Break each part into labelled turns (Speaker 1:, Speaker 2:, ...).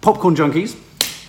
Speaker 1: Popcorn Junkies,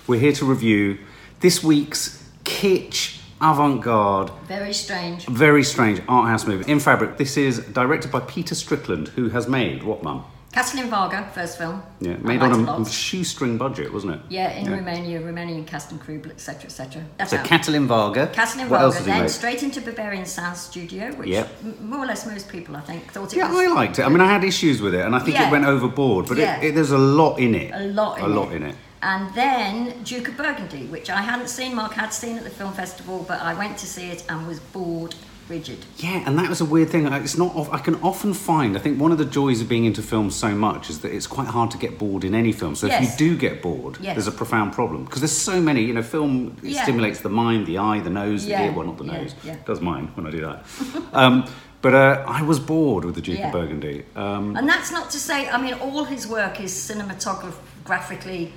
Speaker 1: we're here to review this week's kitsch avant garde,
Speaker 2: Very strange.
Speaker 1: very strange art house movie, In Fabric. This is directed by Peter Strickland, who has made what, mum?
Speaker 2: Catalin Varga, first film.
Speaker 1: Yeah,
Speaker 2: I
Speaker 1: made
Speaker 2: liked
Speaker 1: on
Speaker 2: it
Speaker 1: a,
Speaker 2: lot.
Speaker 1: shoestring budget, wasn't it?
Speaker 2: Yeah, in Romania, Romanian cast and crew, etc., etc. That's
Speaker 1: So
Speaker 2: out.
Speaker 1: Catalin Varga.
Speaker 2: Catalin
Speaker 1: what
Speaker 2: Varga,
Speaker 1: else did he
Speaker 2: then
Speaker 1: make?
Speaker 2: straight into Barbarian Sound Studio, which
Speaker 1: Yep.
Speaker 2: m- more or less most people, I think, thought it
Speaker 1: Yeah,
Speaker 2: was
Speaker 1: I liked it. I mean, I had issues with it, and I think it
Speaker 2: Yeah.
Speaker 1: went overboard, but
Speaker 2: Yeah.
Speaker 1: it, it, there's a lot in it.
Speaker 2: a lot in
Speaker 1: a
Speaker 2: it.
Speaker 1: lot in it.
Speaker 2: And then Duke of Burgundy, which I hadn't seen, Mark had seen at the film festival, but I went to see it and was bored rigid.
Speaker 1: Yeah, and that was a weird thing. Like, It's not. of- I can often find. I think one of the joys of being into films so much is that it's quite hard to get bored in any film. So
Speaker 2: Yes.
Speaker 1: if you do get bored,
Speaker 2: Yes.
Speaker 1: there's a profound problem because there's so many. You know, film it
Speaker 2: Yeah.
Speaker 1: stimulates the mind, the eye, the nose, the
Speaker 2: Yeah,
Speaker 1: ear. Well, not the
Speaker 2: yeah,
Speaker 1: nose.
Speaker 2: yeah.
Speaker 1: Does mine when I do that. um, but uh, I was bored with the Duke
Speaker 2: Yeah.
Speaker 1: of Burgundy. Um,
Speaker 2: And that's not to say, I mean, all his work is cinematographically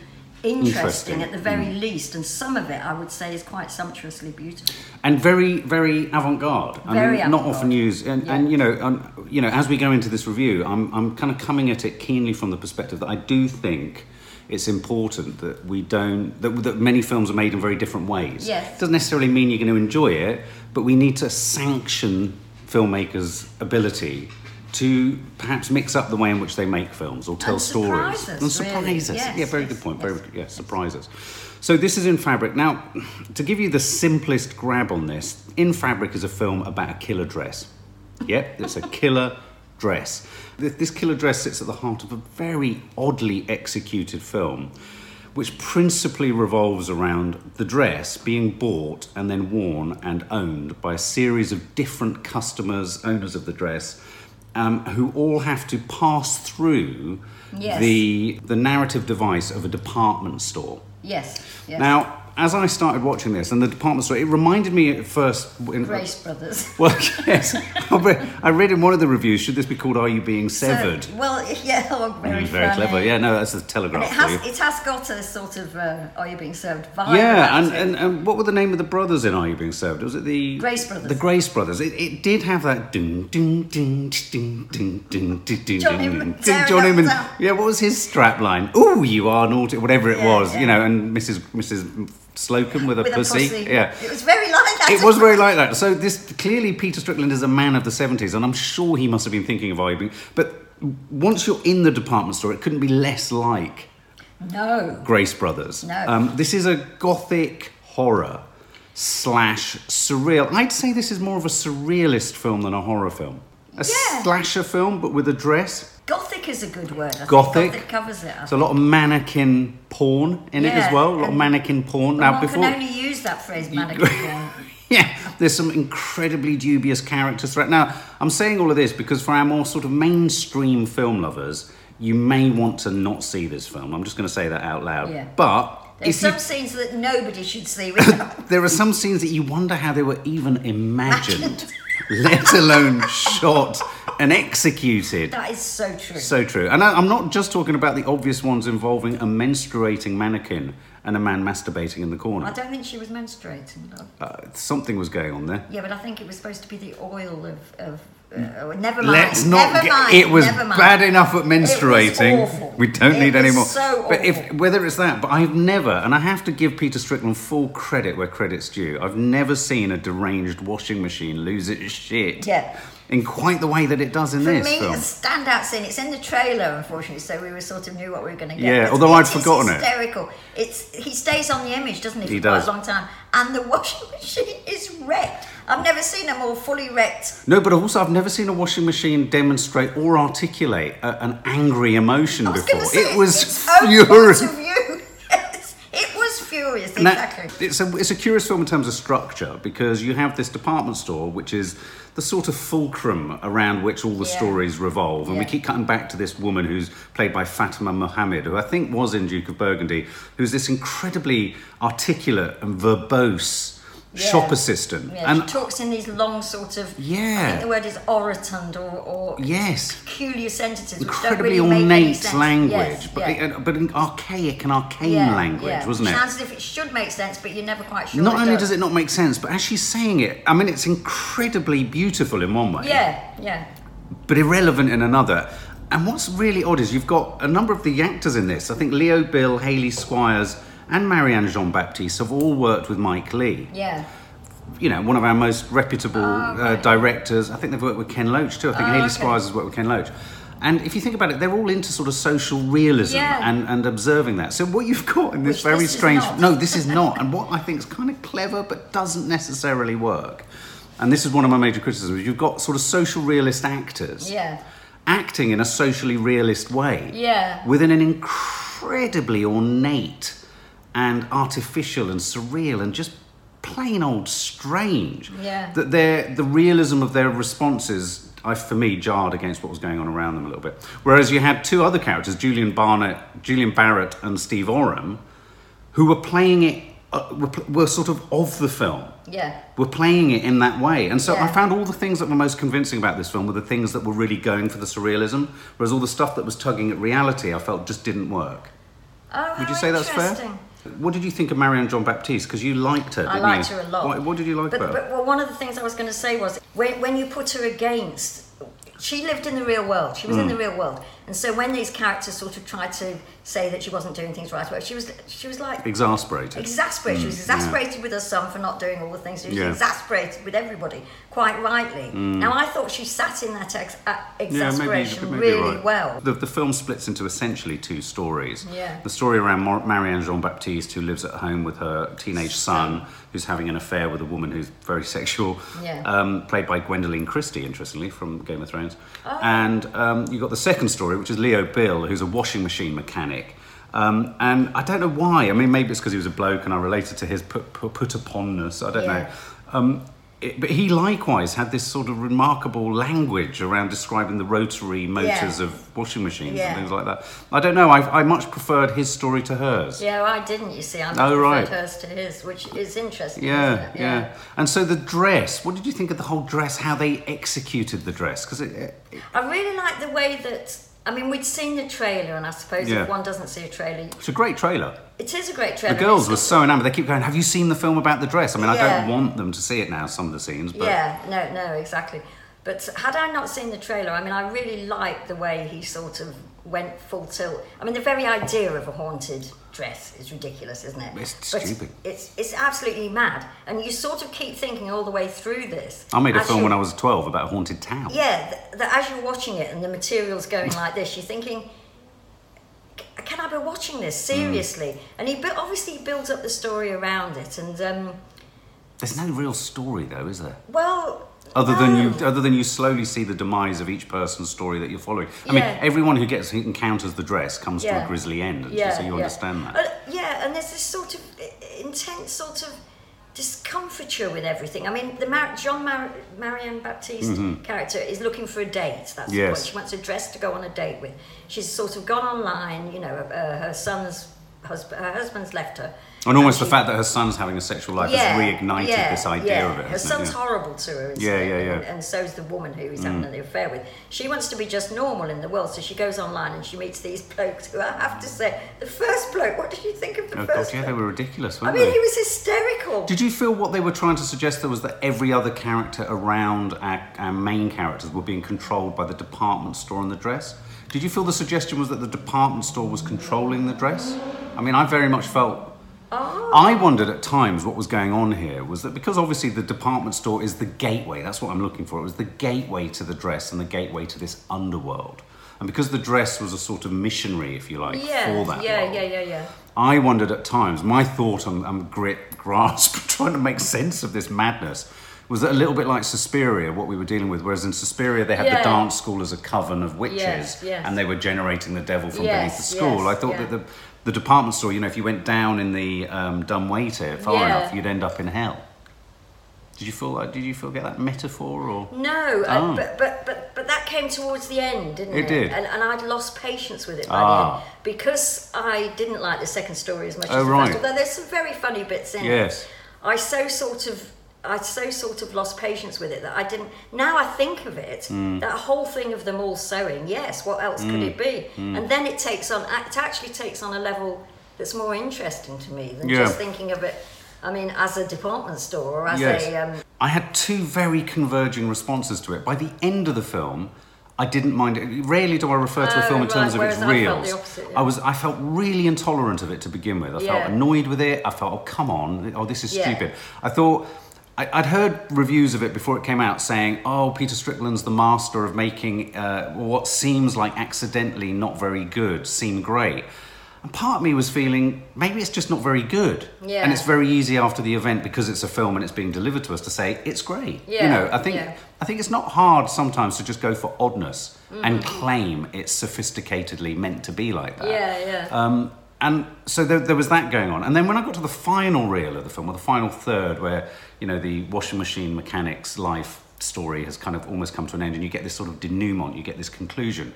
Speaker 2: interesting,
Speaker 1: Interesting. Mm.
Speaker 2: at the very least, and some of it, I would say, is quite sumptuously beautiful.
Speaker 1: and very very avant-garde I
Speaker 2: Very
Speaker 1: mean, not
Speaker 2: avant-garde.
Speaker 1: often used and, and you know um, you know as we go into this review I'm, I'm kind of coming at it keenly from the perspective that I do think it's important that we don't that, that many films are made in very different ways
Speaker 2: Yes.
Speaker 1: doesn't necessarily mean you're going to enjoy it but we need to sanction filmmakers ability to perhaps mix up the way in which they make films or tell
Speaker 2: And surprise
Speaker 1: stories
Speaker 2: us,
Speaker 1: and
Speaker 2: really.
Speaker 1: surprise us
Speaker 2: Yes,
Speaker 1: yeah very
Speaker 2: yes,
Speaker 1: good point
Speaker 2: yes.
Speaker 1: very yeah, surprises. So this is in fabric. Now, to give you the simplest grab on this, in fabric is a film about a killer dress. Yep, it's a killer dress. Th- This killer dress sits at the heart of a very oddly executed film, which principally revolves around the dress being bought and then worn and owned by a series of different customers, owners of the dress, um, who all have to pass through
Speaker 2: Yes.
Speaker 1: the the narrative device of a department store.
Speaker 2: Yes, yes.
Speaker 1: Now, as I started watching this and the department store, it reminded me at first. In,
Speaker 2: Grace Brothers.
Speaker 1: Well, yes. I read- I read in one of the reviews, should this be called Are You Being Severed?
Speaker 2: So, well, yeah, oh, very,
Speaker 1: Mm, very
Speaker 2: funny.
Speaker 1: clever. Yeah, no, that's the
Speaker 2: And
Speaker 1: Telegraph.
Speaker 2: it
Speaker 1: for you.
Speaker 2: has, it has got a sort of uh, are you being served vibe.
Speaker 1: Yeah,
Speaker 2: about
Speaker 1: and,
Speaker 2: it.
Speaker 1: and, and what were the name of the brothers in Are You Being Served? Was it the
Speaker 2: Grace Brothers.
Speaker 1: The Grace Brothers. It, it did have that ding ding ding ding ding ding ding ding
Speaker 2: John
Speaker 1: ding,
Speaker 2: Newman
Speaker 1: ding,
Speaker 2: tearing
Speaker 1: John
Speaker 2: up
Speaker 1: Newman.
Speaker 2: the-
Speaker 1: Yeah, what was his strap line? Ooh, you are naughty, whatever it
Speaker 2: Yeah,
Speaker 1: was,
Speaker 2: yeah.
Speaker 1: you know, and Mrs. Mrs. Slocum with a,
Speaker 2: with
Speaker 1: pussy.
Speaker 2: a pussy.
Speaker 1: Yeah.
Speaker 2: It was very like that.
Speaker 1: It was very like that. So this clearly Peter Strickland is a man of the 70s and I'm sure he must have been thinking of Are You Being but once you're in the department store it couldn't be less like
Speaker 2: No.
Speaker 1: Grace Brothers.
Speaker 2: No.
Speaker 1: Um, this is a gothic horror slash surreal. I'd say this is more of a surrealist film than a horror film. A
Speaker 2: Yeah.
Speaker 1: slasher film, but with a dress.
Speaker 2: Gothic is a good word. I think
Speaker 1: Gothic.
Speaker 2: Gothic covers it. I
Speaker 1: There's a lot of mannequin porn in it as
Speaker 2: Yeah,
Speaker 1: well. A lot of
Speaker 2: and-
Speaker 1: mannequin porn.
Speaker 2: But
Speaker 1: Now
Speaker 2: one
Speaker 1: before.
Speaker 2: can only use that phrase mannequin porn.
Speaker 1: Yeah, there's some incredibly dubious character threat. Now, I'm saying all of this because for our more sort of mainstream film lovers, you may want to not see this film. I'm just going to say that out loud.
Speaker 2: Yeah.
Speaker 1: But
Speaker 2: There's
Speaker 1: if you
Speaker 2: some scenes that nobody should see without
Speaker 1: There are some scenes that you wonder how they were even imagined, let alone shot and executed.
Speaker 2: that is so true.
Speaker 1: So true. And I, I'm not just talking about the obvious ones involving a menstruating mannequin and a man masturbating in the
Speaker 2: I
Speaker 1: corner.
Speaker 2: don't think she was menstruating. though.
Speaker 1: Uh, something was going on there.
Speaker 2: Yeah, but I think it was supposed to be the oil of. of uh, oh, never
Speaker 1: Mm.
Speaker 2: mind.
Speaker 1: Let's not.
Speaker 2: Never
Speaker 1: get,
Speaker 2: mind.
Speaker 1: It was
Speaker 2: never mind.
Speaker 1: bad enough at menstruating.
Speaker 2: awful.
Speaker 1: We don't
Speaker 2: It
Speaker 1: need
Speaker 2: was
Speaker 1: any more.
Speaker 2: so
Speaker 1: but if
Speaker 2: awful.
Speaker 1: whether it's that, but I've never, and I have to give Peter Strickland full credit where credit's due. I've never seen a deranged washing machine lose its shit.
Speaker 2: Yeah.
Speaker 1: In quite the way that it does in
Speaker 2: For
Speaker 1: this
Speaker 2: me,
Speaker 1: film.
Speaker 2: it's a standout scene. It's in the trailer, unfortunately, so we were sort of knew what we were going to get.
Speaker 1: Yeah,
Speaker 2: But
Speaker 1: although
Speaker 2: it
Speaker 1: I'd
Speaker 2: is
Speaker 1: forgotten it.
Speaker 2: Hysterical. It's he stays on the image, doesn't he? For
Speaker 1: He
Speaker 2: quite
Speaker 1: does.
Speaker 2: a long time, and the washing machine is wrecked. I've never seen a more fully wrecked.
Speaker 1: No, but also I've never seen a washing machine demonstrate or articulate a, an angry emotion
Speaker 2: I was
Speaker 1: before.
Speaker 2: going to say
Speaker 1: it was
Speaker 2: it's own
Speaker 1: furious.
Speaker 2: point of view. Yes, it was furious.
Speaker 1: Now,
Speaker 2: Exactly.
Speaker 1: it's a it's a curious film in terms of structure because you have this department store, which is the sort of fulcrum around which all the
Speaker 2: Yeah.
Speaker 1: stories revolve, and we
Speaker 2: Yeah.
Speaker 1: keep cutting back to this woman who's played by Fatima Mohammed, who I think was in Duke of Burgundy, who's this incredibly articulate and verbose
Speaker 2: Yeah.
Speaker 1: shop assistant,
Speaker 2: Yeah,
Speaker 1: and
Speaker 2: she talks in these long sort of. I
Speaker 1: Yeah.
Speaker 2: think the word is orotund or, or
Speaker 1: yes.
Speaker 2: peculiar sentences.
Speaker 1: Incredibly
Speaker 2: which don't really make any
Speaker 1: ornate
Speaker 2: sense.
Speaker 1: language,
Speaker 2: Yes,
Speaker 1: but,
Speaker 2: yeah.
Speaker 1: uh, but an archaic and arcane
Speaker 2: Yeah,
Speaker 1: language,
Speaker 2: yeah.
Speaker 1: wasn't it?
Speaker 2: Sounds as if it should make sense, but you're never quite sure.
Speaker 1: Not
Speaker 2: it
Speaker 1: only
Speaker 2: does
Speaker 1: does it not make sense, but as she's saying it, I mean, it's incredibly beautiful in one way.
Speaker 2: Yeah, yeah.
Speaker 1: but irrelevant in another. And what's really odd is you've got a number of the actors in this. I think Leo Bill, Haley Squires, and Marianne Jean Baptiste have all worked with Mike Lee.
Speaker 2: Yeah.
Speaker 1: You know, one of our most reputable
Speaker 2: Oh,
Speaker 1: uh,
Speaker 2: right.
Speaker 1: directors. I think they've worked with Ken Loach too. I think
Speaker 2: Oh,
Speaker 1: Haley
Speaker 2: okay.
Speaker 1: Squires has worked with Ken Loach. And if you think about it, they're all into sort of social realism
Speaker 2: Yeah.
Speaker 1: and, and observing that. So what you've got in this
Speaker 2: Which
Speaker 1: very
Speaker 2: this is
Speaker 1: strange
Speaker 2: not.
Speaker 1: no, this is not. And what I think is kind of clever but doesn't necessarily work. And this is one of my major criticisms. You've got sort of social realist actors
Speaker 2: Yeah.
Speaker 1: acting in a socially realist way.
Speaker 2: Yeah.
Speaker 1: Within an incredibly ornate and artificial and surreal and just plain old strange.
Speaker 2: Yeah.
Speaker 1: That their the realism of their responses I, for me, jarred against what was going on around them a little bit. Whereas you had two other characters, Julian Barnett, Julian Barrett, and Steve Oram, who were playing it, uh, were, pl- were sort of of the film
Speaker 2: Yeah.
Speaker 1: were playing it in that way. And so
Speaker 2: Yeah.
Speaker 1: I found all the things that were most convincing about this film were the things that were really going for the surrealism, whereas all the stuff that was tugging at reality I felt just didn't work.
Speaker 2: Oh,
Speaker 1: Would
Speaker 2: how
Speaker 1: you say that's fair?
Speaker 2: interesting.
Speaker 1: What did you think of Marianne John Baptiste? Because you liked her, didn't
Speaker 2: I
Speaker 1: you?
Speaker 2: liked her a lot.
Speaker 1: What, what did you like
Speaker 2: but,
Speaker 1: about her?
Speaker 2: but well, one of the things I was going to say was when, when you put her against, she lived in the real world. She was
Speaker 1: Hmm.
Speaker 2: in the real world, and so when these characters sort of tried to say that she wasn't doing things right, well, she was she was like
Speaker 1: Exasperated.
Speaker 2: exasperated. she was exasperated with her son for not doing all the things. She was
Speaker 1: Mm, Yeah. Mm.
Speaker 2: exasperated with everybody, quite rightly. Now I thought she sat in that ex- uh, exasperation
Speaker 1: maybe you're
Speaker 2: really
Speaker 1: right.
Speaker 2: well.
Speaker 1: The, the film splits into essentially two stories.
Speaker 2: Yeah.
Speaker 1: The story around Mar- Marianne Jean Baptiste, who lives at home with her teenage son, who's having an affair with a woman who's very sexual,
Speaker 2: Yeah.
Speaker 1: um, played by Gwendolyn Christie, interestingly, from Game of Thrones.
Speaker 2: Oh.
Speaker 1: And um, you've got the second story, which is Leo Bill, who's a washing machine mechanic. Um, and I don't know why. I mean, maybe it's because he was a bloke and I related to his put, put, put uponness. I don't
Speaker 2: Yeah.
Speaker 1: know. Um, it, but he likewise had this sort of remarkable language around describing the rotary motors
Speaker 2: Yeah.
Speaker 1: of washing machines
Speaker 2: Yeah.
Speaker 1: and things like that. I don't know. I, I much preferred his story to hers.
Speaker 2: Yeah, I didn't. You see, I
Speaker 1: Oh,
Speaker 2: preferred
Speaker 1: right.
Speaker 2: hers to his, which is interesting. isn't
Speaker 1: Yeah,
Speaker 2: it?
Speaker 1: yeah, And so the dress. What did you think of the whole dress? How they executed the dress? Because it, it,
Speaker 2: I really like the way that. I mean, we'd seen the trailer, and I suppose
Speaker 1: Yeah.
Speaker 2: if one doesn't see a trailer,
Speaker 1: it's a great trailer.
Speaker 2: it is a great trailer.
Speaker 1: The
Speaker 2: but
Speaker 1: girls
Speaker 2: it's
Speaker 1: were
Speaker 2: got-
Speaker 1: so enamored. They keep going. Have you seen the film about the dress? I mean, I
Speaker 2: Yeah.
Speaker 1: don't want them to see it now. Some of the scenes, but
Speaker 2: Yeah, no, no, exactly. But had I not seen the trailer, I mean, I really liked the way he sort of went full tilt. I mean, the very idea of a haunted dress is ridiculous, isn't it?
Speaker 1: It's
Speaker 2: But
Speaker 1: stupid.
Speaker 2: It's it's absolutely mad, and you sort of keep thinking all the way through this.
Speaker 1: I made a
Speaker 2: as
Speaker 1: film
Speaker 2: you-
Speaker 1: when I was twelve about a haunted town.
Speaker 2: Yeah, th- that as you're watching it and the material's going like this, you're thinking, "C- can I be watching
Speaker 1: Mm.
Speaker 2: this seriously? And he bu- obviously he builds up the story around it, and um,
Speaker 1: There's no real story though, is there?
Speaker 2: well,
Speaker 1: Other than
Speaker 2: no.
Speaker 1: you, other than you slowly see the demise of each person's story that you're following. I mean,
Speaker 2: Yeah.
Speaker 1: everyone who gets who encounters the dress comes to a
Speaker 2: Yeah.
Speaker 1: grisly end, and so you understand that.
Speaker 2: Uh, yeah, and there's this sort of i- intense sort of discomfiture with everything. I mean, the Mar- John Mar- Marianne Baptiste character is looking for a date. That's
Speaker 1: Mm-hmm.
Speaker 2: the
Speaker 1: Yes.
Speaker 2: point. She wants a dress to go on a date with. She's sort of gone online. You know, uh, her son's husband, her husband's left her.
Speaker 1: And almost
Speaker 2: she-
Speaker 1: the fact that her son's having a sexual life has reignited
Speaker 2: yeah,
Speaker 1: this idea
Speaker 2: yeah.
Speaker 1: of it.
Speaker 2: Her
Speaker 1: Hasn't
Speaker 2: son's
Speaker 1: it? Yeah.
Speaker 2: horrible to her. Instead,
Speaker 1: Yeah, yeah, yeah. Mm.
Speaker 2: And, and so's the woman who he's having the affair with. She wants to be just normal in the world, so she goes online and she meets these blokes who I have to say, the first bloke, what did you think of the
Speaker 1: Oh god,
Speaker 2: first
Speaker 1: yeah, they
Speaker 2: bloke?
Speaker 1: were ridiculous,
Speaker 2: I
Speaker 1: weren't
Speaker 2: mean,
Speaker 1: they?
Speaker 2: he was hysterical.
Speaker 1: Did you feel what they were trying to suggest there was that every other character around our, our main characters were being controlled by the department store and the dress? Did you feel the suggestion was that the department store was controlling the dress? I mean, I very much felt
Speaker 2: oh,
Speaker 1: I wondered at times what was going on here was that because obviously the department store is the gateway, that's what I'm looking for. It was the gateway to the dress and the gateway to this underworld. And because the dress was a sort of missionary, if you like,
Speaker 2: yeah,
Speaker 1: for that
Speaker 2: yeah,
Speaker 1: world,
Speaker 2: yeah, yeah, yeah.
Speaker 1: I wondered at times, my thought and, and grip, grasp, trying to make sense of this madness was that a little bit like Suspiria, what we were dealing with, whereas in Suspiria they had the
Speaker 2: Yeah.
Speaker 1: dance school as a coven of witches
Speaker 2: Yes, yes.
Speaker 1: and they were generating the devil from beneath the
Speaker 2: Yes,
Speaker 1: school.
Speaker 2: yes,
Speaker 1: I thought
Speaker 2: yeah.
Speaker 1: that the, the department store, you know, if you went down in the um, dumbwaiter far
Speaker 2: Yeah.
Speaker 1: enough, you'd end up in hell. Did you feel like, did you feel get that metaphor or?
Speaker 2: No,
Speaker 1: Oh.
Speaker 2: uh but, but but but that came towards the end, didn't
Speaker 1: It
Speaker 2: it?
Speaker 1: did.
Speaker 2: And, and I'd lost patience with it by
Speaker 1: Ah.
Speaker 2: the end because I didn't like the second story as much
Speaker 1: Oh,
Speaker 2: as the
Speaker 1: right.
Speaker 2: first. Although there's some very funny bits in
Speaker 1: Yes.
Speaker 2: it. I so sort of. I so sort of lost patience with it that I didn't. Now I think of it,
Speaker 1: Mm.
Speaker 2: that whole thing of them all sewing. Yes, what else could it be?
Speaker 1: Mm.
Speaker 2: And then it takes on. It actually takes on a level that's more interesting to me than
Speaker 1: Yeah.
Speaker 2: just thinking of it. I mean, as a department store or as
Speaker 1: Yes.
Speaker 2: a um,
Speaker 1: I had two very converging responses to it. By the end of the film, I didn't mind it. Rarely do I refer to a
Speaker 2: Oh,
Speaker 1: film in
Speaker 2: right,
Speaker 1: terms of its
Speaker 2: whereas I felt the
Speaker 1: reels.
Speaker 2: opposite,
Speaker 1: I
Speaker 2: yeah.
Speaker 1: was I felt really intolerant of it to begin with. I
Speaker 2: Yeah.
Speaker 1: felt annoyed with it. I felt, oh come on, oh this is
Speaker 2: Yeah.
Speaker 1: stupid. I thought I, I'd heard reviews of it before it came out saying, oh Peter Strickland's the master of making uh, what seems like accidentally not very good seem great. And part of me was feeling maybe it's just not very good,
Speaker 2: Yeah.
Speaker 1: and it's very easy after the event because it's a film and it's being delivered to us to say it's great. You
Speaker 2: Yeah,
Speaker 1: know, I think
Speaker 2: yeah.
Speaker 1: I think it's not hard sometimes to just go for oddness and claim it's sophisticatedly meant to be like that.
Speaker 2: Mm-hmm. Yeah, yeah.
Speaker 1: Um, and so there, there was that going on. And then when I got to the final reel of the film, or the final third, where, you know, the washing machine mechanic's life story has kind of almost come to an end and you get this sort of denouement, you get this conclusion.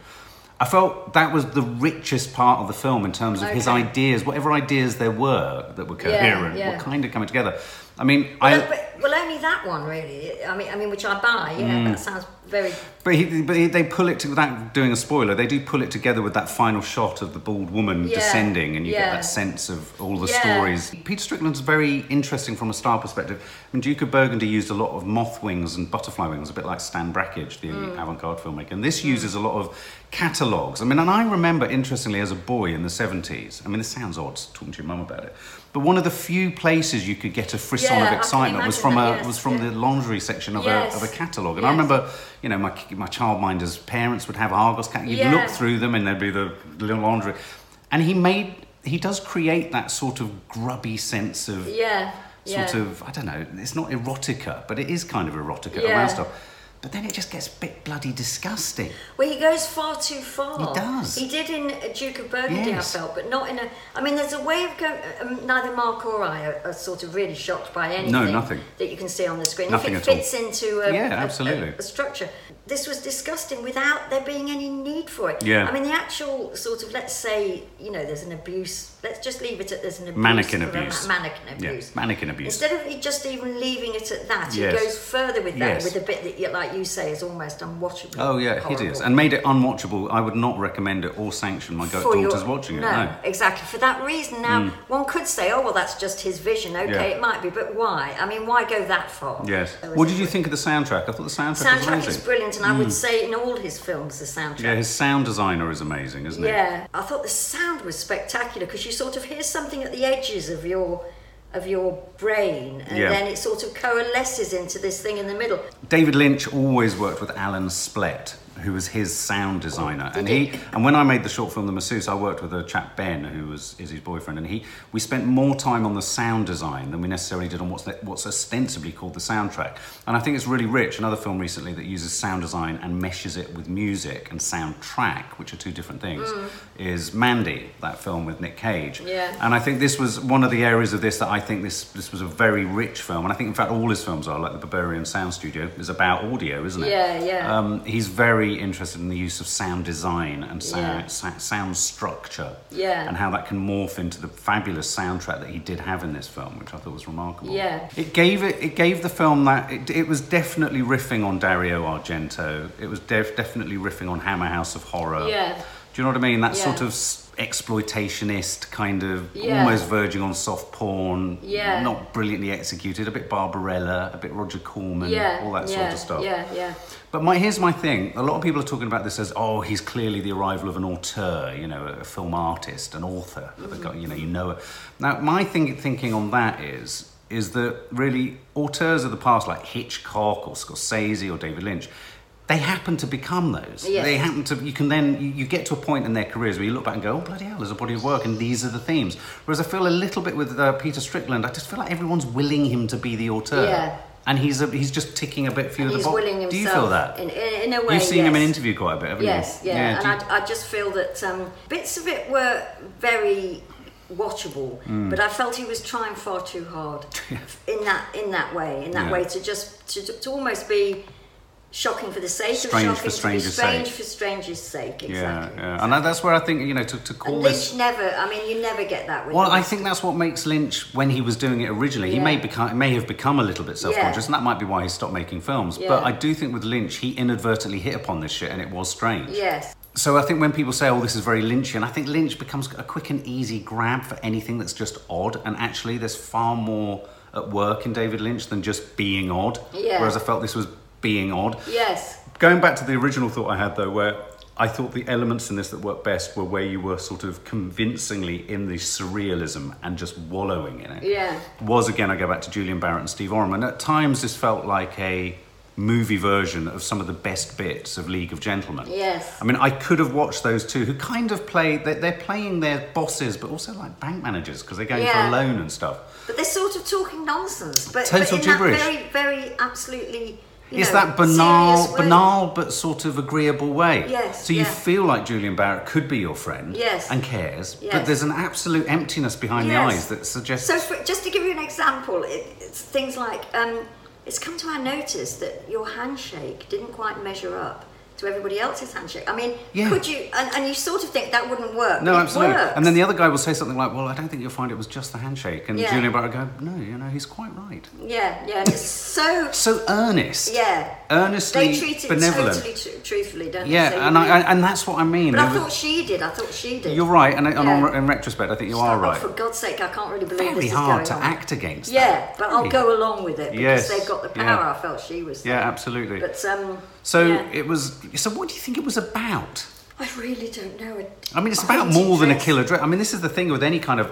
Speaker 1: I felt that was the richest part of the film in terms of his
Speaker 2: Okay.
Speaker 1: ideas, whatever ideas there were that were coherent,
Speaker 2: yeah.
Speaker 1: were kind of coming together. I mean,
Speaker 2: Well,
Speaker 1: I.
Speaker 2: but- well, only that one really. I mean, I mean, which I buy. You know,
Speaker 1: Mm.
Speaker 2: that sounds very.
Speaker 1: But, he, but he, they pull it to, without doing a spoiler. They do pull it together with that final shot of the bald woman
Speaker 2: Yeah,
Speaker 1: descending, and you get
Speaker 2: yeah.
Speaker 1: that sense of all the
Speaker 2: Yeah.
Speaker 1: stories. Peter Strickland's very interesting from a style perspective. I mean, Duke of Burgundy used a lot of moth wings and butterfly wings, a bit like Stan Brakhage, the
Speaker 2: Mm.
Speaker 1: avant-garde filmmaker. And this uses a lot of catalogues. I mean, and I remember interestingly as a boy in the seventies. I mean, this sounds odd talking to your mum about it, but one of the few places you could get a frisson
Speaker 2: Yeah, I
Speaker 1: of
Speaker 2: can
Speaker 1: excitement was
Speaker 2: imagine
Speaker 1: from
Speaker 2: that,
Speaker 1: a
Speaker 2: yes,
Speaker 1: was from
Speaker 2: yeah.
Speaker 1: the lingerie section of
Speaker 2: Yes.
Speaker 1: a of a catalogue. And I
Speaker 2: Yes.
Speaker 1: remember remember, you know, my my childminder's parents would have Argos cat. You'd
Speaker 2: Yeah.
Speaker 1: look through them, and there'd be the little laundry. And he made he does create that sort of grubby sense of
Speaker 2: Yeah. Yeah.
Speaker 1: sort of I don't know. It's not erotica, but it is kind of erotica
Speaker 2: Yeah.
Speaker 1: around stuff. But then it just gets a bit bloody disgusting.
Speaker 2: Well, he goes far too far.
Speaker 1: He does.
Speaker 2: He did in uh, Duke of Burgundy,
Speaker 1: Yes.
Speaker 2: I felt, but not in a. I mean, there's a way of going. Um, neither Mark or I are, are sort of really shocked by anything.
Speaker 1: nothing.
Speaker 2: That you can see on the screen.
Speaker 1: Nothing
Speaker 2: if
Speaker 1: at
Speaker 2: it
Speaker 1: all.
Speaker 2: fits into a,
Speaker 1: Yeah,
Speaker 2: a-
Speaker 1: absolutely.
Speaker 2: a- a structure. This was disgusting without there being any need for it.
Speaker 1: Yeah.
Speaker 2: I mean, the actual sort of let's say you know there's an abuse. Let's just leave it at there's an abuse.
Speaker 1: Mannequin
Speaker 2: of a ma-
Speaker 1: abuse.
Speaker 2: Mannequin abuse.
Speaker 1: Yeah, mannequin abuse.
Speaker 2: Instead of it just even leaving it at that,
Speaker 1: Yes.
Speaker 2: it goes further with that,
Speaker 1: Yes.
Speaker 2: with a bit that, you, like you say, is almost unwatchable.
Speaker 1: Oh yeah, hideous, and made it unwatchable. I would not recommend it or sanction my go-
Speaker 2: For your-
Speaker 1: daughters watching it.
Speaker 2: No,
Speaker 1: no. Hmm.
Speaker 2: exactly. For that reason, now one could say, "Oh, well, that's just his vision." Okay,
Speaker 1: Yeah.
Speaker 2: it might be, but why? I mean, why go that far?
Speaker 1: Yes.
Speaker 2: There was
Speaker 1: What
Speaker 2: a
Speaker 1: did you
Speaker 2: brilliant-
Speaker 1: think of the soundtrack? I thought the soundtrack, was
Speaker 2: Soundtrack
Speaker 1: amazing. Hmm.
Speaker 2: is brilliant, and I would say in all his films, the soundtrack.
Speaker 1: yeah, his sound designer is amazing, isn't he?
Speaker 2: Yeah, I thought the sound was spectacular because you sort of hear something at the edges of your of your brain, and
Speaker 1: Yeah.
Speaker 2: then it sort of coalesces into this thing in the middle.
Speaker 1: David Lynch always worked with Alan Splett, who was his sound designer, and
Speaker 2: Did
Speaker 1: he and when I made the short film The Masseuse, I worked with a chap Ben, who was is his boyfriend, and he we spent more time on the sound design than we necessarily did on what's what's ostensibly called the soundtrack. And I think it's really rich. Another film recently that uses sound design and meshes it with music and soundtrack, which are two different things, is Mandy, that film with Nick Cage.
Speaker 2: Yeah.
Speaker 1: And I think this was one of the areas of this that I think this this was a very rich film, and I think in fact all his films are like the Barbarian Sound Studio is about audio, isn't it?
Speaker 2: Yeah, yeah.
Speaker 1: Um, he's very interested in the use of sound design and sound
Speaker 2: Yeah.
Speaker 1: sa- sound structure.
Speaker 2: Yeah.
Speaker 1: And how that can morph into the fabulous soundtrack that he did have in this film, which I thought was remarkable.
Speaker 2: Yeah.
Speaker 1: It gave it. It gave the film that it, it was definitely riffing on Dario Argento. It was def- definitely riffing on Hammer House of Horror.
Speaker 2: Yeah.
Speaker 1: Do you know what I mean? That
Speaker 2: Yeah.
Speaker 1: sort of s- exploitationist kind of
Speaker 2: Yeah.
Speaker 1: almost verging on soft porn.
Speaker 2: Yeah.
Speaker 1: Not brilliantly executed. A bit Barbarella. A bit Roger Corman.
Speaker 2: yeah,
Speaker 1: All that
Speaker 2: yeah,
Speaker 1: sort of stuff.
Speaker 2: Yeah, yeah.
Speaker 1: But my, here's my thing. A lot of people are talking about this as, oh, he's clearly the arrival of an auteur, you know, a film artist, an author. that
Speaker 2: Mm-hmm.
Speaker 1: got- You know, you know it. Now, my thing, thinking on that is, is that really auteurs of the past, like Hitchcock or Scorsese or David Lynch, they happen to become those.
Speaker 2: Yes.
Speaker 1: They happen to. You can then you, you get to a point in their careers where you look back and go, oh bloody hell, there's a body of work, and these are the themes. Whereas I feel a little bit with uh, Peter Strickland, I just feel like everyone's willing him to be the auteur.
Speaker 2: Yeah.
Speaker 1: And he's a, he's just ticking a bit fewer.
Speaker 2: He's
Speaker 1: the bo-
Speaker 2: willing himself.
Speaker 1: Do you feel that?
Speaker 2: In, in, in a way,
Speaker 1: You've seen him in
Speaker 2: yes.
Speaker 1: interview quite a bit, haven't
Speaker 2: Yes,
Speaker 1: you?
Speaker 2: yeah,
Speaker 1: Oh, do you-
Speaker 2: and I, I just feel that um, bits of it were very watchable,
Speaker 1: Mm.
Speaker 2: but I felt he was trying far too hard in that in that way, in that
Speaker 1: Yeah.
Speaker 2: way to just to, to almost be shocking for the sake
Speaker 1: Strange for
Speaker 2: of shocking, to be
Speaker 1: stranger's
Speaker 2: strange
Speaker 1: sake.
Speaker 2: for stranger's sake, exactly.
Speaker 1: yeah, yeah. And that's where I think you know to, to call
Speaker 2: And
Speaker 1: this.
Speaker 2: Lynch never. I mean, you never get that with.
Speaker 1: Well,
Speaker 2: him.
Speaker 1: I think that's what makes Lynch when he was doing it originally. He
Speaker 2: Yeah.
Speaker 1: may become, may have become a little bit self-conscious,
Speaker 2: Yeah.
Speaker 1: and that might be why he stopped making films.
Speaker 2: Yeah.
Speaker 1: But I do think with Lynch, he inadvertently hit upon this shit, and it was strange.
Speaker 2: Yes.
Speaker 1: So I think when people say, "Oh, this is very Lynchian," I think Lynch becomes a quick and easy grab for anything that's just odd. And actually, there's far more at work in David Lynch than just being odd.
Speaker 2: Yeah.
Speaker 1: Whereas I felt this was being odd.
Speaker 2: Yes.
Speaker 1: Going back to the original thought I had though, where I thought the elements in this that worked best were where you were sort of convincingly in the surrealism and just wallowing in it.
Speaker 2: Yeah.
Speaker 1: Was again, I go back to Julian Barrett and Steve Orman. At times, this felt like a movie version of some of the best bits of League of Gentlemen.
Speaker 2: Yes.
Speaker 1: I mean, I could have watched those two who kind of play, they're, they're playing their bosses, but also like bank managers because they're going
Speaker 2: Yeah.
Speaker 1: for a loan and stuff.
Speaker 2: But they're sort of talking nonsense. But,
Speaker 1: Total
Speaker 2: but in
Speaker 1: gibberish.
Speaker 2: That very, very absolutely. You
Speaker 1: It's
Speaker 2: know,
Speaker 1: that banal,
Speaker 2: serious way.
Speaker 1: banal but sort of agreeable way.
Speaker 2: Yes,
Speaker 1: So you
Speaker 2: yeah.
Speaker 1: feel like Julian Barrett could be your friend.
Speaker 2: Yes.
Speaker 1: And cares, but
Speaker 2: Yes.
Speaker 1: there's an absolute emptiness behind
Speaker 2: Yes.
Speaker 1: the eyes that suggests.
Speaker 2: So, for, just to give you an example, it, it's things like um, it's come to our notice that your handshake didn't quite measure up to everybody else's handshake. I mean,
Speaker 1: Yeah.
Speaker 2: could you? And, and you sort of think that wouldn't work.
Speaker 1: no,
Speaker 2: it
Speaker 1: absolutely.
Speaker 2: Works.
Speaker 1: And then the other guy will say something like, "Well, I don't think you'll find it was just the handshake." And
Speaker 2: Yeah.
Speaker 1: Julian Barrett go, "No, you know, he's quite right."
Speaker 2: yeah, yeah, it's so
Speaker 1: So earnest.
Speaker 2: yeah.
Speaker 1: Earnestly
Speaker 2: They treat it
Speaker 1: benevolent.
Speaker 2: totally tr- truthfully, don't
Speaker 1: Yeah,
Speaker 2: they? So you
Speaker 1: and I,
Speaker 2: really-
Speaker 1: I- and that's what I mean.
Speaker 2: but I
Speaker 1: There was-
Speaker 2: thought she did. I thought she did.
Speaker 1: You're right, and, and on-
Speaker 2: Yeah.
Speaker 1: in retrospect, I think you
Speaker 2: Just
Speaker 1: are
Speaker 2: thought,
Speaker 1: right.
Speaker 2: Oh, for God's sake, I can't really believe
Speaker 1: Very
Speaker 2: this
Speaker 1: hard
Speaker 2: is
Speaker 1: to
Speaker 2: going on.
Speaker 1: act against. that.
Speaker 2: Yeah, but I'll
Speaker 1: Really.
Speaker 2: go along with it
Speaker 1: Yes,
Speaker 2: because they've got the power.
Speaker 1: yeah.
Speaker 2: I felt she was.
Speaker 1: Yeah, absolutely.
Speaker 2: But um.
Speaker 1: so
Speaker 2: yeah.
Speaker 1: it was. So what do you think it was about?
Speaker 2: I really don't know. It,
Speaker 1: I mean, it's
Speaker 2: I
Speaker 1: about
Speaker 2: think
Speaker 1: more than a
Speaker 2: dress-
Speaker 1: killer. Dre- I mean, this is the thing with any kind of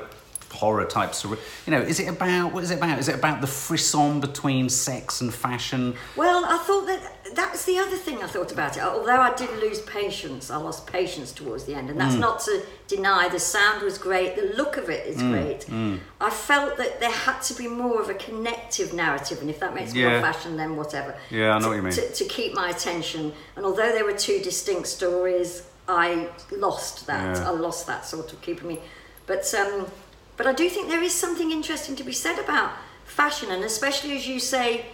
Speaker 1: horror type. surre- You know, is it about what is it about? Is it about the frisson between sex and fashion?
Speaker 2: Well, I thought that that's the other thing I thought about it. Although I did lose patience, I lost patience towards the end, and
Speaker 1: Mm.
Speaker 2: that's not to deny the sound was great, the look of it is
Speaker 1: Mm,
Speaker 2: great. I felt that there had to be more of a connective narrative, and if that makes
Speaker 1: Yeah.
Speaker 2: more fashion, then whatever.
Speaker 1: Yeah, I know what you mean.
Speaker 2: To, to keep my attention, and although there were two distinct stories, I lost that.
Speaker 1: Yeah.
Speaker 2: I lost that sort of keeping me. But um, but I do think there is something interesting to be said about fashion, and especially as you say,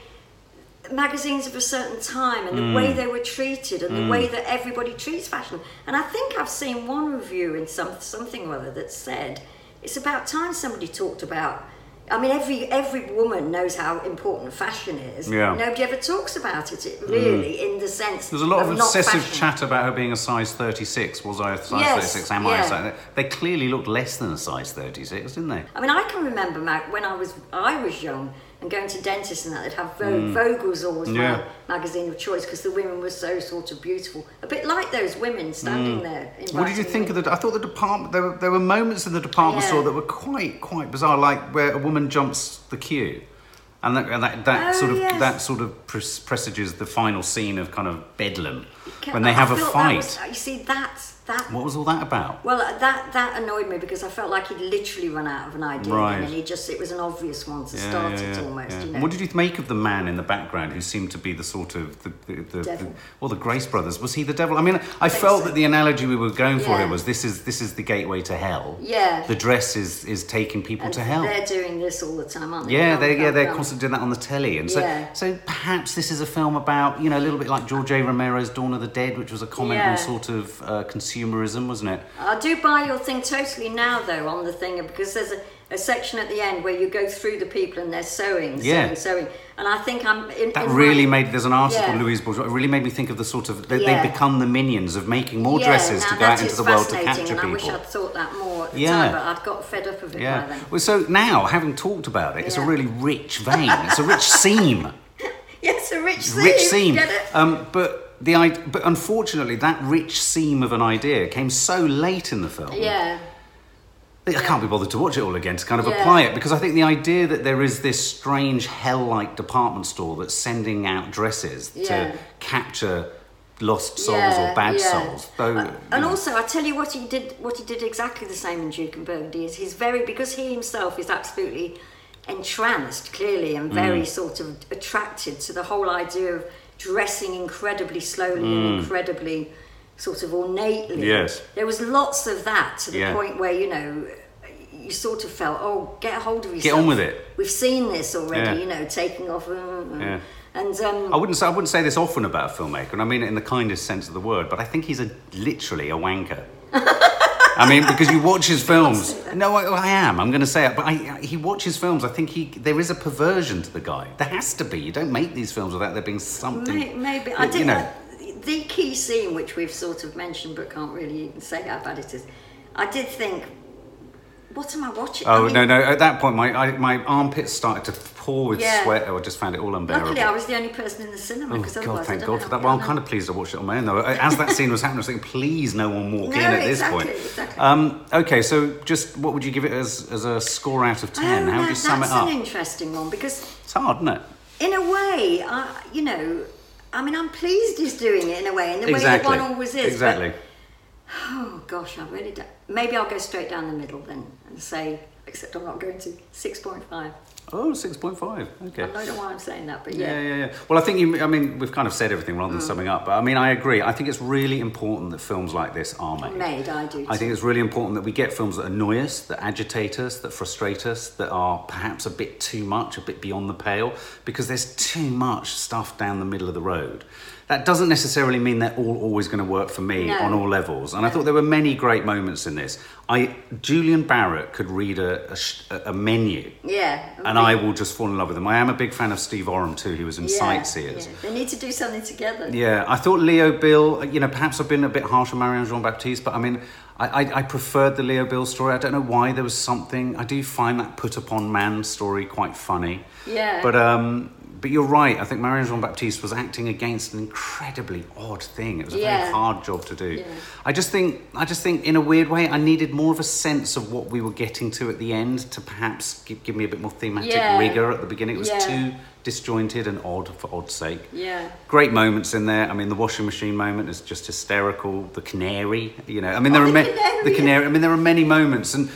Speaker 2: magazines of a certain time
Speaker 1: Mm.
Speaker 2: and the way they were treated and the way that everybody treats fashion. And I think I've seen one review in some something or other that said it's about time somebody talked about. I mean, every every woman knows how important fashion is.
Speaker 1: Yeah. Mm.
Speaker 2: Nobody ever talks about it, it really, in the sense
Speaker 1: There's a lot of,
Speaker 2: not
Speaker 1: obsessive
Speaker 2: fashion.
Speaker 1: chat about her being a size 36. Was I a size
Speaker 2: Yes,
Speaker 1: 36? Am I a
Speaker 2: yeah.
Speaker 1: size? They clearly looked less than a size 36, didn't they?
Speaker 2: I mean, I can remember Mag- when I was I was young and going to dentists and that they'd have Vogue. Vogue's always
Speaker 1: Hmm. Yeah.
Speaker 2: my magazine of choice because the women were so sort of beautiful, a bit like those women standing there. In
Speaker 1: Hmm. What did you think of the? I thought the department. There were, there were moments in the department
Speaker 2: Yeah.
Speaker 1: store that were quite quite bizarre, like where a woman jumps the queue, and that and that, that
Speaker 2: Oh,
Speaker 1: sort of
Speaker 2: yes.
Speaker 1: that sort of pres- presages the final scene of kind of bedlam when they have
Speaker 2: a
Speaker 1: a fight.
Speaker 2: you see, that's that.
Speaker 1: what was all that about?
Speaker 2: Well, uh, that that annoyed me because I felt like he'd literally run out of an idea, then,
Speaker 1: Right.
Speaker 2: and he just it was an obvious one to
Speaker 1: Yeah,
Speaker 2: start
Speaker 1: yeah,
Speaker 2: it
Speaker 1: yeah,
Speaker 2: almost.
Speaker 1: yeah.
Speaker 2: You know?
Speaker 1: And What did you make of the man in the background who seemed to be the sort of the, the, the, the
Speaker 2: Devil.
Speaker 1: well the Grace brothers? Was he the devil? I mean, I felt
Speaker 2: so.
Speaker 1: that the analogy we were going for
Speaker 2: Yeah.
Speaker 1: here was this is this is the gateway to hell.
Speaker 2: Yeah.
Speaker 1: the dress is is taking people
Speaker 2: And
Speaker 1: to hell.
Speaker 2: They're doing this all the time, aren't they?
Speaker 1: Yeah,
Speaker 2: Come,
Speaker 1: they yeah
Speaker 2: come,
Speaker 1: they're
Speaker 2: come.
Speaker 1: constantly doing that on the telly, and so
Speaker 2: Yeah.
Speaker 1: so perhaps this is a film about you know a little bit like George A. Romero's Dawn of the Dead, which was a comment
Speaker 2: Yeah.
Speaker 1: on sort of uh, consumerism, wasn't it?
Speaker 2: I do buy your thing totally now, though, on the thing because there's a, a section at the end where you go through the people and they're sewing,
Speaker 1: Yeah.
Speaker 2: sewing, sewing, and I think I'm in,
Speaker 1: That
Speaker 2: in
Speaker 1: really
Speaker 2: my,
Speaker 1: made there's an article
Speaker 2: Yeah.
Speaker 1: Louise Bourgeois. It really made me think of the sort of they,
Speaker 2: Yeah.
Speaker 1: they become the minions of making more
Speaker 2: yeah,
Speaker 1: dresses
Speaker 2: now
Speaker 1: to go
Speaker 2: that
Speaker 1: out into
Speaker 2: is
Speaker 1: the world to
Speaker 2: fascinating,
Speaker 1: capture
Speaker 2: and I wish
Speaker 1: people.
Speaker 2: I'd thought that more at the
Speaker 1: Yeah.
Speaker 2: time, but I'd got fed up of it by
Speaker 1: yeah.
Speaker 2: then.
Speaker 1: Well, so now having talked about it, it's a
Speaker 2: Yeah.
Speaker 1: really rich vein. it's a rich seam.
Speaker 2: Yes, a rich seam.
Speaker 1: rich seam.
Speaker 2: Get it?
Speaker 1: Um, but the i- but unfortunately, that rich seam of an idea came so late in the film.
Speaker 2: Yeah.
Speaker 1: I can't be bothered to watch it all again to kind of
Speaker 2: Yeah.
Speaker 1: apply it because I think the idea that there is this strange hell like department store that's sending out dresses
Speaker 2: Yeah.
Speaker 1: to capture lost souls
Speaker 2: yeah,
Speaker 1: or bad
Speaker 2: yeah.
Speaker 1: souls. Though,
Speaker 2: Uh,
Speaker 1: you
Speaker 2: and
Speaker 1: know,
Speaker 2: also, I tell you what, he did. What he did exactly the same in Duke and Burgundy is he's very because he himself is absolutely entranced, clearly, and very
Speaker 1: Mm.
Speaker 2: sort of attracted to the whole idea of dressing incredibly slowly and incredibly sort of ornately.
Speaker 1: Mm. Yes.
Speaker 2: there was lots of that to the
Speaker 1: Yeah.
Speaker 2: point where you know. You sort of felt, oh, get a hold of yourself.
Speaker 1: on with it.
Speaker 2: We've seen this already,
Speaker 1: Yeah.
Speaker 2: you know, taking off. mm, mm.
Speaker 1: Yeah.
Speaker 2: And um,
Speaker 1: I wouldn't say I wouldn't say this often about a filmmaker, and I mean it in the kindest sense of the word, but I think he's a literally a wanker. I mean, because you watch his films. No, I, I am. I'm going to say it, but I, he watches films. I think he there is a perversion to the guy. There has to be. You don't make these films without there being something.
Speaker 2: May- Maybe I
Speaker 1: you
Speaker 2: did.
Speaker 1: know.
Speaker 2: the key scene, which we've sort of mentioned but can't really even say how bad it is, I did think what am I watching? I
Speaker 1: Oh
Speaker 2: mean,
Speaker 1: no no! At that point, my I, my armpits started to pour with
Speaker 2: Yeah.
Speaker 1: sweat. I just found it all unbearable.
Speaker 2: Luckily, I was the only person in the cinema
Speaker 1: Oh
Speaker 2: because
Speaker 1: God!
Speaker 2: otherwise, I
Speaker 1: Thank
Speaker 2: don't
Speaker 1: God
Speaker 2: know
Speaker 1: for
Speaker 2: how
Speaker 1: that. Well, I'm
Speaker 2: I'd
Speaker 1: kind of pleased I watched it on my own though. As that scene was happening, I was thinking, please, no one walk in
Speaker 2: No,
Speaker 1: at this
Speaker 2: exactly,
Speaker 1: point.
Speaker 2: exactly.
Speaker 1: Um, okay, so just what would you give it as as a score out of
Speaker 2: done.
Speaker 1: ten?
Speaker 2: Oh,
Speaker 1: How
Speaker 2: no,
Speaker 1: would you sum it
Speaker 2: that's
Speaker 1: up?
Speaker 2: an interesting one because
Speaker 1: It's hard, isn't it?
Speaker 2: in a way, I, you know, I mean, I'm pleased he's doing it in a way, in the
Speaker 1: exactly.
Speaker 2: way that one always is. but-
Speaker 1: exactly.
Speaker 2: oh gosh, I really don't. Maybe I'll go straight down the middle then and say, except I'm not going to six point five.
Speaker 1: Oh, 6.5. Okay.
Speaker 2: I don't know why I'm saying that, but
Speaker 1: Yeah,
Speaker 2: yeah.
Speaker 1: yeah, yeah. Well, I think you. I mean, we've kind of said everything rather than
Speaker 2: Mm.
Speaker 1: summing up, but I mean, I agree. I think it's really important that films like this are made.
Speaker 2: Made, I do.
Speaker 1: I think it's really important that we get films that annoy us, that agitate us, that frustrate us, that are perhaps a bit too much, a bit beyond the pale, because there's too much stuff down the middle of the road. That doesn't necessarily mean they're all always going to work for me
Speaker 2: No.
Speaker 1: on all levels. And I thought there were many great moments in this. I Julian Barrett could read a, a, sh- a menu,
Speaker 2: Yeah.
Speaker 1: and I will just fall in love with him. I am a big fan of Steve Oram too. He was in
Speaker 2: Yeah,
Speaker 1: Sightseers.
Speaker 2: yeah. They need to do something together.
Speaker 1: Yeah, I thought Leo Bill, uh, you know, perhaps I've been a bit harsh on Marion Jean Baptiste, but I mean, I, I, I preferred the Leo Bill story. I don't know why there was something. I do find that put upon man story quite funny.
Speaker 2: Yeah.
Speaker 1: But um, but you're right. I think Marion Jean Baptiste was acting against an incredibly odd thing. It was a very
Speaker 2: Yeah.
Speaker 1: hard job to do.
Speaker 2: Yeah.
Speaker 1: I just think I just think in a weird way, I needed more of a sense of what we were getting to at the end to perhaps give, give me a bit more thematic
Speaker 2: Yeah.
Speaker 1: rigor at the beginning. It was
Speaker 2: Yeah.
Speaker 1: too disjointed and odd for odd's sake.
Speaker 2: Yeah.
Speaker 1: Great moments in there. I mean, the washing machine moment is just hysterical. The canary, you know. I mean, there
Speaker 2: Oh,
Speaker 1: are
Speaker 2: the
Speaker 1: many
Speaker 2: canary.
Speaker 1: the canary. I mean, there are many moments, and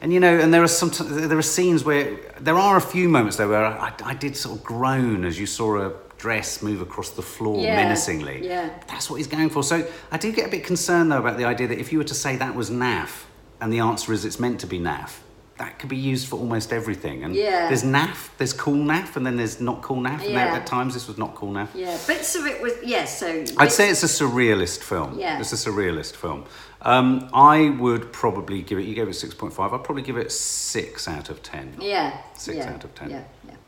Speaker 1: and you know, and there are some there are scenes where there are a few moments though where I, I did sort of groan as you saw a dress move across the floor
Speaker 2: Yeah,
Speaker 1: menacingly.
Speaker 2: yeah.
Speaker 1: that's what he's going for. So I do get a bit concerned though about the idea that if you were to say that was naff, and the answer is it's meant to be naff. That could be used for almost everything, and
Speaker 2: Yeah.
Speaker 1: there's naff, there's cool naff, and then there's not cool naff. And there,
Speaker 2: Yeah.
Speaker 1: at times, this was not cool naff.
Speaker 2: Yeah. Bits of it was yeah. So
Speaker 1: I'd say it's a surrealist film.
Speaker 2: Yeah.
Speaker 1: It's a surrealist film. Um, I would probably give it, you gave it 6.5, I'd probably give it 6 out of 10.
Speaker 2: yeah.
Speaker 1: Six
Speaker 2: yeah,
Speaker 1: out of ten.
Speaker 2: Yeah. Yeah.